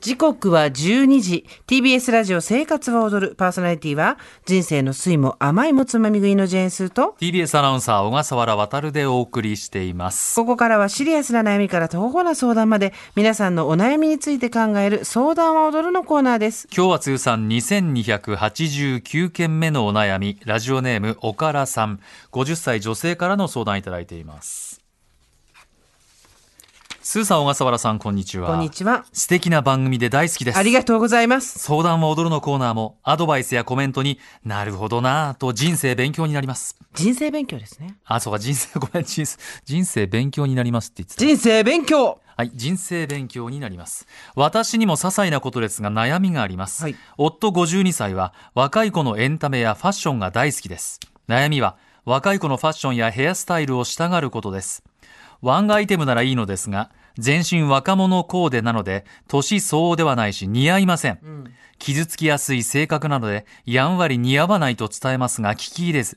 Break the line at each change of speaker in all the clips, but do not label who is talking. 時刻は12時 TBS ラジオ生活は踊るパーソナリティは人生の酸いも甘いもつまみ食いのジェーンスーと
TBS アナウンサー小笠原渉でお送りしています。
ここからはシリアスな悩みから徒歩な相談まで皆さんのお悩みについて考える相談は踊るのコーナーです
今日は通算2289件目のお悩み、ラジオネームおからさん、50歳女性からの相談いただいています。スーさん、小笠原さん、こんにちは。
こんにちは
素敵な番組で大好きです。
ありがとうございます
相談は踊るのコーナーも、アドバイスやコメントになるほどなぁと人生勉強になります。
人生勉強ですね
あ、そうか、人生、ごめん、人生、人生勉強になりますって言ってた。
人生勉強
はい、人生勉強になります。私にも些細なことですが悩みがあります。
はい
夫52歳は若い子のエンタメやファッションが大好きです。悩みは若い子のファッションやヘアスタイルをしたがることです。ワンアイテムならいいのですが、全身若者コーデなので、年相応ではないし似合いません。傷つきやすい性格なので、やんわり似合わないと伝えますが聞き入れず、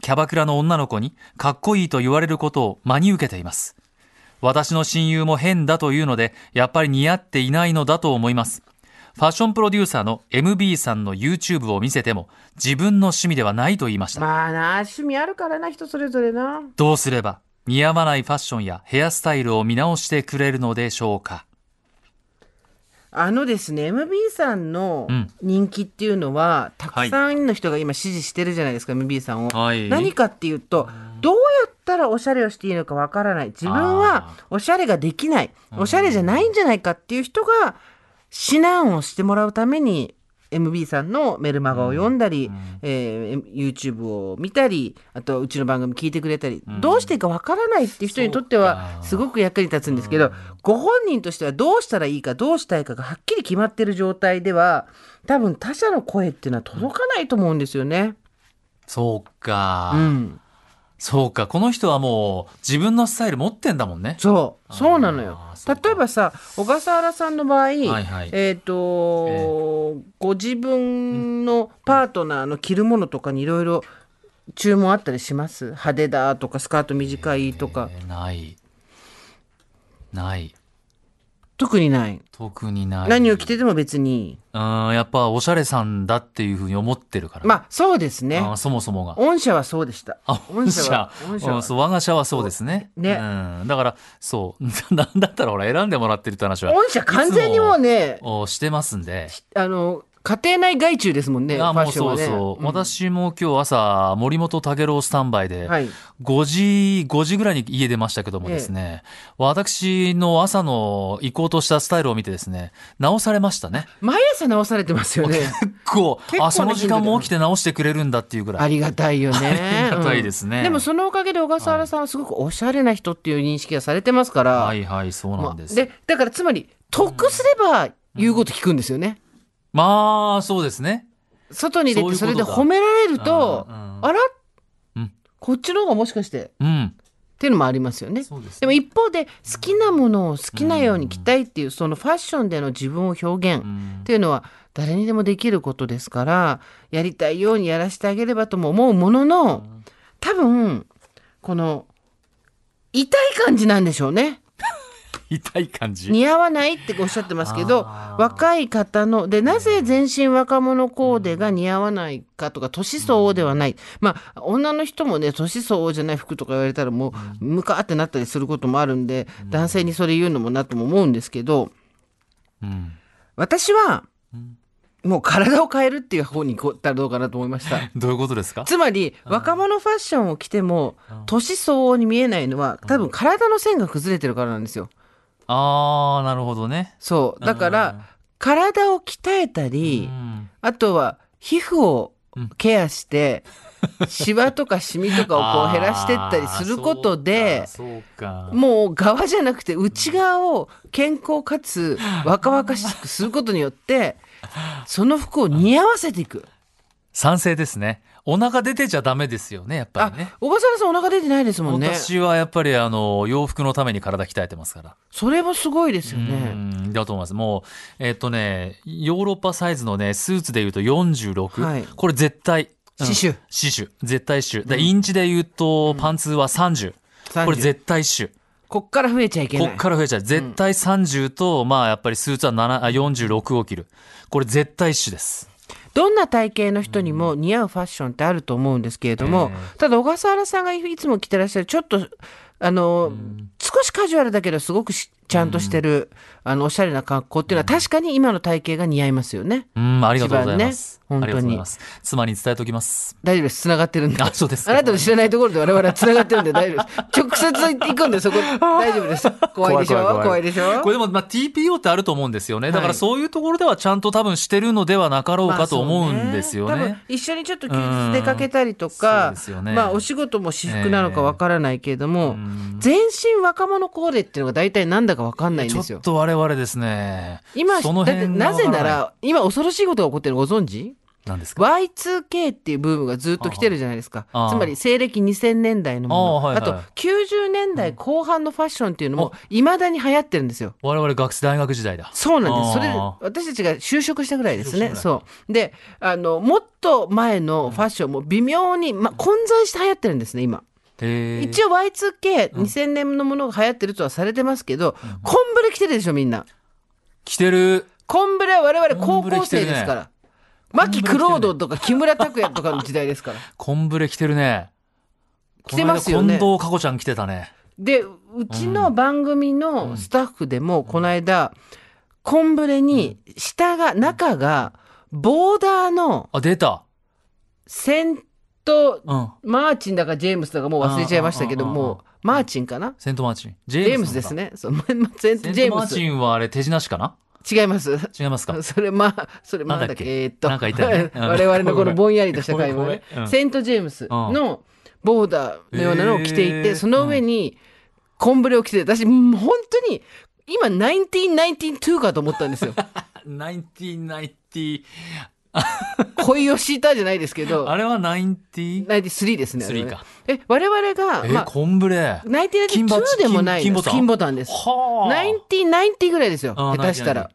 キャバクラの女の子にかっこいいと言われることを真に受けています。私の親友も変だというので、やっぱり似合っていないのだと思います。ファッションプロデューサーの MB さんの YouTube を見せても、自分の趣味ではないと言いました。
まあな趣味あるからな人それぞれな
どうすれば、似合わないファッションやヘアスタイルを見直してくれるのでしょうか。
あのですね MB さんの
うん
人気っていうのは、たくさんの人が今支持してるじゃないですか、MB さんを、
はい
何かっていうとどうやったらおしゃれをしていいのかわからない自分はおしゃれができないおしゃれじゃないんじゃないかっていう人が指南をしてもらうために MB さんのメルマガを読んだり、えー YouTube を見たりあとうちの番組聞いてくれたり、どうしていいかわからないっていう人にとってはすごく役に立つんですけど、ご本人としてはどうしたらいいかどうしたいかがはっきり決まってる状態では多分他者の声っていうのは届かないと思うんですよね。
そうか、
うん、
そうか。この人はもう、自分のスタイル持ってんだもんね。
そう、そうなのよ
あーそうか
例えばさ小笠原さんの場合、
はいはい
えっ、と、ご自分のパートナーの着るものとかにいろいろ注文あったりします派手だとかスカート短いとか、
えーない。ない。
特にない
特にない。
何を着てても別に
うん、やっぱおしゃれさんだっていうふうに思ってるから。
まあそうですね
あーそもそもが。
御社はそうでした
あ、御社。
御社は
うんそう、我が社はそうですね。
ね
うん。だから、そう。 ななんだったらほら、選んでもらってるって話は。
御社完全にもう
い
ね
つも。おしてますんで。
あの家庭内外注ですもんねファ
あ、も
ッ
う
ション
そ
は
う
ね
そう。
ん
私も今日朝、森本武郎スタンバイで、
はい
5時、5時ぐらいに家出ましたけどもですね、私の朝の行こうとしたスタイルを見てですね、直されましたね。
毎朝直されてますよ ね
こう、
結構な
あ、その時間
頻度
も
で
起きて直してくれるんだっていうぐらい。
ありがたいよね。
ありがたいですね
うんでもそのおかげで小笠原さんはすごくおしゃれな人っていう認識がされてますから。
はいはい、そうなんです。
でだからつまり得すれば言うこと聞くんですよね。
まあ、そうですね。
外に出てそ
そうい
れ
う
で
ことだ
褒められると、
うんうん
あら、
うん
こっちの方がもしかして
うん。
っていうのもありますよね。
そうです
で
ね
も一方で好きなものを好きなように着たいっていうそのファッションでの自分を表現
うん
っていうのは誰にでもできることですからやりたいようにやらせてあげればとも思うものの多分この痛い感じなんでしょうね
痛い感じ。
似合わないっておっしゃってますけど
あー
若い方のでなぜ全身若者コーデが似合わないかとか年相応ではないまあ女の人もね年相応じゃない服とか言われたらもうムカーってなったりすることもあるんで男性にそれ言うのもなとも思うんですけど。
うん
私は、もう体を変えるっていう方に行ったらどうかなと思いました
どういうことですか
つまり若者ファッションを着ても年相応に見えないのは多分体の線が崩れてるからなんですよ
あー、なるほどね。
そうだから体を鍛えた
う
り
ん
あとは皮膚をケアして、シワとかシミとかをこう減らしてったりすることで
あーそうか。そうか
もう側じゃなくて内側を健康かつ若々しくすることによってその服を似合わせていく。
賛成ですね。お腹出てちゃダメですよね、やっぱ
あ
りね。、
小笠原さんお腹出てないですもんね。
私はやっぱりあの洋服のために体鍛えてますから。
それもすごいですよ
う
ね。
んだと思います。もう、えっ、とね、ヨーロッパサイズのね、スーツで言うと46。
はい
これ絶対。うん
刺繍
刺繍。絶対刺繍。でインチで言うと、パンツは30。
30
これ絶対刺繍。
こっから増えちゃいけ
こ
ない。
っから増えちゃう。絶対30と、まあやっぱりスーツは7あ46を切る。これ絶対一種です。
どんな体型の人にも似合うファッションってあると思うんですけれども、ただ小笠原さんがいつも着てらっしゃる、ちょっと、あの、少しカジュアルだけど、すごくしちゃんとしてる、あの、おしゃれな格好っていうのは、確かに今の体型が似合いますよね。
うん、ありがとうございます。
一番ね
ありがとうございます。妻に伝えておきます。
大丈夫です。繋がってるんで。
あ、そうです
あ
か。
なたの知らないところで我々は繋がってるんで大丈夫です。直接行くんで、そ こ、大丈夫です。怖いでしょ怖いでしょ
これでも、まあ、TPO ってあると思うんですよね。だか
は
ら
い
そういうところではちゃんと多分してるのではなかろうかと思うんですよね。
まあそう多分一緒にちょっと休日出かけたりと
う
か
んそうですよね
まあお仕事も私服なのかわからないけれども、
ん
全身若者コーデっていうのが大体なんだかわかんないんです
ちょ
よ
っ。と我々ですね。
今
その辺
だって
が
な
わから
ぜ
い
な、ら今恐ろしいことが起こってるのご存知
なんですか
Y2K っていうブームがずっと来てるじゃないですか
ああ
つまり西暦2000年代のもの
ああはいはい
あと90年代後半のファッションっていうのもいまだに流行ってるんですよ。
我々学生大学時代だ。
そうなんです。それ
あー、
私たちが就職したぐらいです
就職したぐら
ね。
い
そう。で、あの、もっと前のファッションも微妙に、ま、混在して流行ってるんですね、今。
へえ。
一応 Y2K、2000年のものが流行ってるとはされてますけど、コンブレ着てるでしょ、みんな。
来てる。
コンブレは我々
コ
高
ンブレ
校
着て
生
るね
ですから。牧九郎道とか木村拓哉とかの時代ですから。
コンブレ来てるね。
来てますよね
この間近藤佳子ちゃん来てたね。
で、うちの番組のスタッフでも、この間、コンブレに下が、中が、ボーダーの
あ、出た。
セント
うん。
マーチンだかジェームスだかもう忘れちゃいましたけど
あーあー
もうマーチンかな
セントマーチン。ジ
ジェームス
な
で
んだ
す。ねそうままセントジ
セ
ェー
ントマ
ム
ー
ス
チンはあれ手品師かな
違います
違いますか
それまあそれま
な
あ
んだ
だ
っけ
けえーっと
なんかい たねうん
我々のこのぼんやりとした会話
ごめん
ね
ごめんうん
セントジェームスのボーダーのようなのを着ていて、
へー
その上にコンブレを着てて私もう本当に今1992かと思ったん ですよ
1990。
恋を敷いたじゃないですけど
あれは 90?
93ですねあれ
3
ね
か。
え我々が、
え
ま
ー、
あ
コンブレ。金バッ
1992
ジ
でもない
金
金
金ボ
ボ
タ
タン金ボタ
ン
ンです
はあ。
9090ぐらいですよ。
あー
下手したら。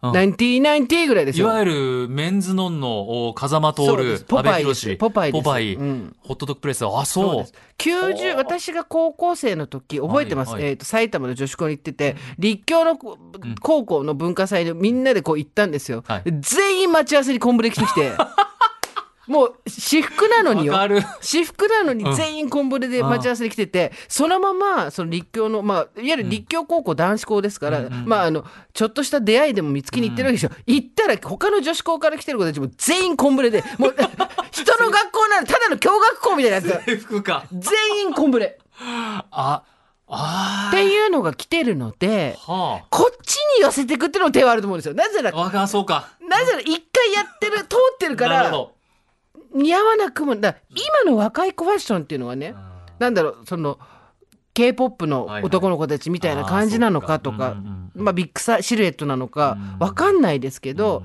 90
9090ぐらいです
い
よ。
わゆるメンズノンのお風間徹、
そうですポ
阿部
パイで
寛、
す。ポパイです。
ポパイ
うん
ホットドッグプレス、あ、
そう
そう
です。90、私が高校生の時、覚えてます。
はいはい
えっ、と、埼玉の女子校に行ってて、立教のこ高校の文化祭でみんなでこう行ったんですよ。
はい
全員待ち合わせにコンブレ着てき て、もう私服なのによ。
わかる。
私服なのに全員コンブレで待ち合わせに来てて、そのままその立教の、まあ、いわゆる立教高校男子校ですから、まあ、あのちょっとした出会いでも見つけに行ってるわけでしょ、行ったら他の女子校から来てる子たちも全員コンブ レでもう人の学校なのただの共学校みたいなやつだ
制服か。
全員コンブレ
あ、あ
っ
ー
ていうのが来てるので
は
こっちに寄せていくっていうのも手はあると思うんですよなぜな
あ。
ら
わかそうか。
なぜなら一回やってる通ってるか
な
ら
るほど。
似合わなくもだから今の若い子ファッションっていうのはね、なんだろうその k p o p の男の子たちみたいな感じなのかと
あー
か
そうかうんうん
まあビッグサシルエットなのか
うん
わかんないですけど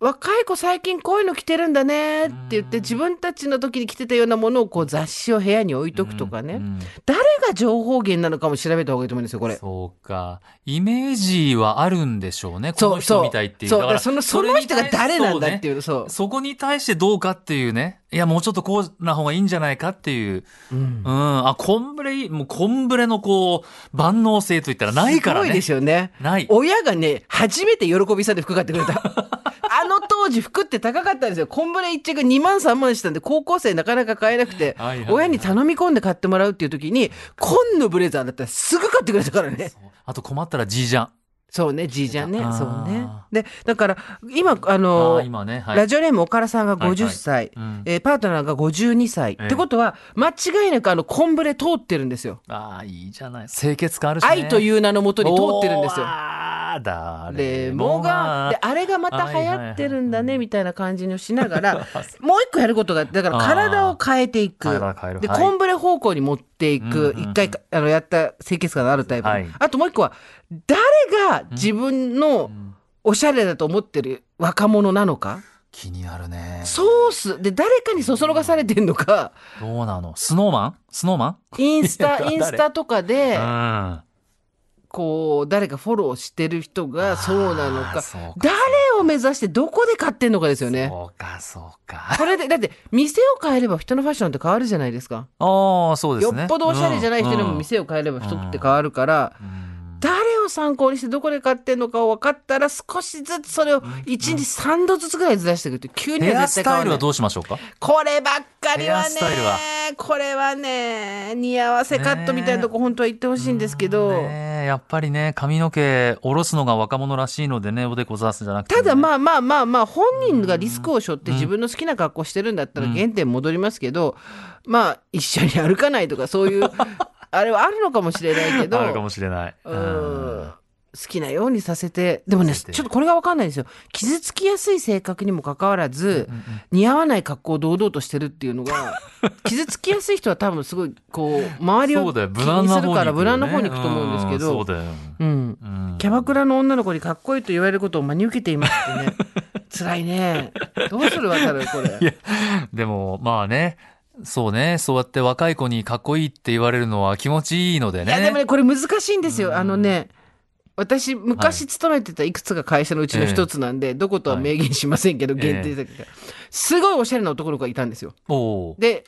若い子最近こういうの着てるんだねって言って自分たちの時に着てたようなものをこう雑誌を部屋に置いとくとか
う
ね
ん
誰が情報源なのかも調べた方がいいと思うんですよこれ。
そうか。イメージはあるんでしょうね。こ
そ
の
う
人
そう
みたいっていう。
そう
だ
だから
か。
らそのその人が誰なんだっていううそう
そこに対してどうかっていうね。いや、もうちょっとこうな方がいいんじゃないかっていう。うん。あ、コンブレいい、もうコンブレのこう、万能性といったらないからね。
すごいですよね。
ない
親がね、初めて喜びさで服買ってくれ た。あの当時服って高かったんですよ。コンブレ一着2万3万したんで、高校生なかなか買えなくて
はいはいは、い
親に頼み込んで買ってもらうっていう時に、紺のブレザーだったらすぐ買ってくれたからね。
あと困ったら G ジャン。
そうね、じいちゃんね
あ。ー
そうね。で、だから、今、あ
あ
の
あ、今ね。はい
ラ。ジオネームおからさんが50歳
はいはいうん、
えーパートナーが52歳。
ええ
ってことは、間違いなくあの、コンブレ通ってるんですよ。
ああ、いいじゃない。清潔感あるし、ね。
愛という名のもとに通ってるんですよ。
ああ、誰
レモが、で、あれがまた流行ってるんだね、みたいな感じのしながら、 もう一個やることがあって、だから体を変えていく
体を変える。
で、
はい
コンブレ方向に持ってい
うんう
く
ん。うん
一回、あの、やった清潔感のあるタイプ
はい
の。あともう一個は、誰が自分のおしゃれだと思ってる若者なのか
気になるね。
ソースで誰かにそそろがされてんのか、
どうなのスノーマンスノーマ
インスタ、
誰
インスタとかで、
ンうん。
こう、誰かフォローしてる人がそうなの
あー
か
そうか、
誰を目指してどこで買ってんのかですよね。
そうか、そうか。
これで、だって、店を変えれば人のファッションって変わるじゃないですか。
ああ、そうです
よ
ね。
っぽどおしゃれじゃない人で
う
も
ん
店を変えれば人って変わるから、
うん
誰を参考にしてどこで買ってんのかを分かったら少しずつそれを1日3度ずつぐらいずらしていくって急に
ヘ
は
ア
絶対
ス
変
タ
わ
イ
ん
ル
な
はいどうしましょうか
こればっかりは
ヘアスタイル
ねこれはね似合わせカットみたいなとこ本当は言ってほしいんですけど、
ねえやっぱりね、髪の毛下ろすのが若者らしいのでね、おでこざわすんじゃなくて、
ただ
あ、
まあまあまあまあ本人がリスクを背負って自分の好きな格好してるんだったら
うん
原点戻りますけど、まあ一緒に歩かないとかそう いうあれはあるのかもしれないけど
あるかもしれない。
う
うん
ん好きなようにさせてでもね
させて
ちょっとこれが分かんないんですよ傷つきやすい性格にもかかわらず、
うんうん
似合わない格好を堂々としてるっていうの が傷つきやすい人は多分すごいこう周り
そ
を
うだよ、
気
無難
に
な
する
方に行くよね、
から無難な方に行くと思うんですけ
う
ど、
そうだよ。
うん、
うん
キャバクラの女の子にかっこいいと言われることを真に受けていますって ね辛いねどうするわかるこれ
でも、まあね、そうね、そうやって若い子にかっこいいって言われるのは気持ちいいので
い
ね。
やでもねこれ難しいんですよ、
うん
あのね私昔勤めてたいくつか会社のうちの一つなんで、どことは明言しませんけど、
はい
限定だけどすごいおしゃれな男の子がいたんですよ
おう
で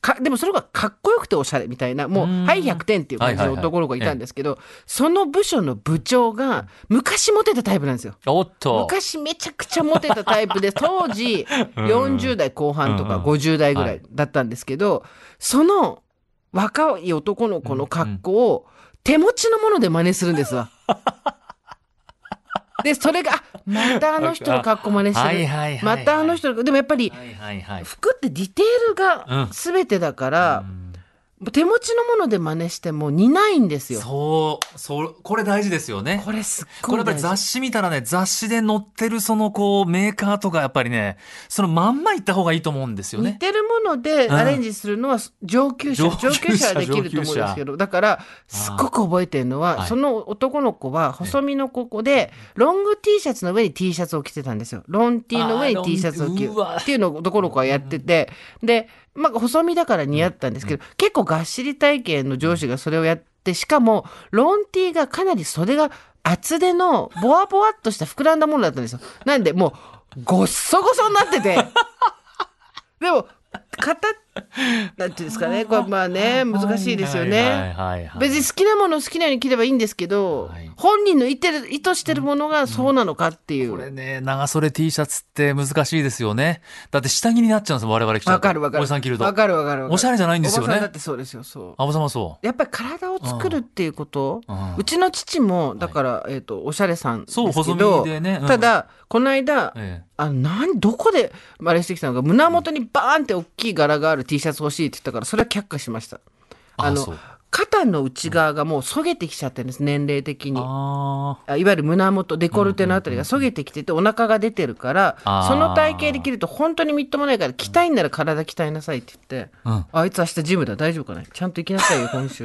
かでもそれがかっこよくておしゃれみたいなもう
うん
はい100点っていう感じの男の子がいたんですけど、その部署の部長が昔モテたタイプなんですよ
おっと。
昔めちゃくちゃモテたタイプで当時40代後半とか
うんうん
50代ぐら
はい
だったんですけど、その若い男の子の格好を手持ちのもので真似するんですわ。 でそれがあまたあの人の格好真似して
は
る、
いはいはい。
またあの。人のでもやっぱり
はいはいはい。
服ってディテールが全てだから、
うん
手持ちのもので真似しても似ないんですよ。
そう、そう、これ大事ですよね。
これすっ
こ
ご
れや
い
っぱ
大
り
事
雑誌見たらね、雑誌で載ってるそのこうメーカーとかやっぱりね、そのまんま行った方がいいと思うんですよ
似
ね。
てるもので
ん
アレンジするのは上級者、
上級者
上級者はできると思うんですけどだからすっごく覚えてるのは、
はい
その男の子は細身のここでロング T シャツの上に T シャツを着てたんですよロン T の上
あ
に
ー
T シャツを着る
ロン T うわ
っていうのを男の子はやっててで、まあ、細身だから似合ったんですけど、結構がっしり体型の上司がそれをやってしかもロン T がかなり袖が厚手のボワボワっとした膨らんだものだったんですよなんでもうごっそごそになって て。でも型なんていうんですかねこれまあね難しいですよ
はい
ね。
はいはい。
別に好きなものを好きなように着ればいいんですけど、
はい
本人の意図意図してるものがそうなのかっていう。
これね、長袖 T シャツって難しいですよね。だって下着になっちゃうんですよ、我々着ちゃうと
わかるわかる。
おじさん着ると。
わかるわかるわかる。
おしゃれじゃないんですよ
おばさんだ
ね
っ。てそうですよそう。
あぼさんもそ
やっぱり体を作るっていうこと。
う。うん
うちの父もだから、えっ、とおしゃれさんですけ
そう
ど、
細身でねうん
ただこの間、
え
あ何どこであれしてきたのか胸元にバーンって大きい柄がある T シャツ欲しいって言ったからそれは却下しました
あ
あの
そう
肩の内側がもうそげてきちゃってるんです年齢的
え。
に
あ
あいわゆる胸元デコルテのあたりがそげてきててお腹が出てるから
あー
その体型できると本当にみっともないから着たいんなら体着たいなさいって言って、
うん
あいつ明日ジムだ大丈夫かなちゃんと行きなさいよ今週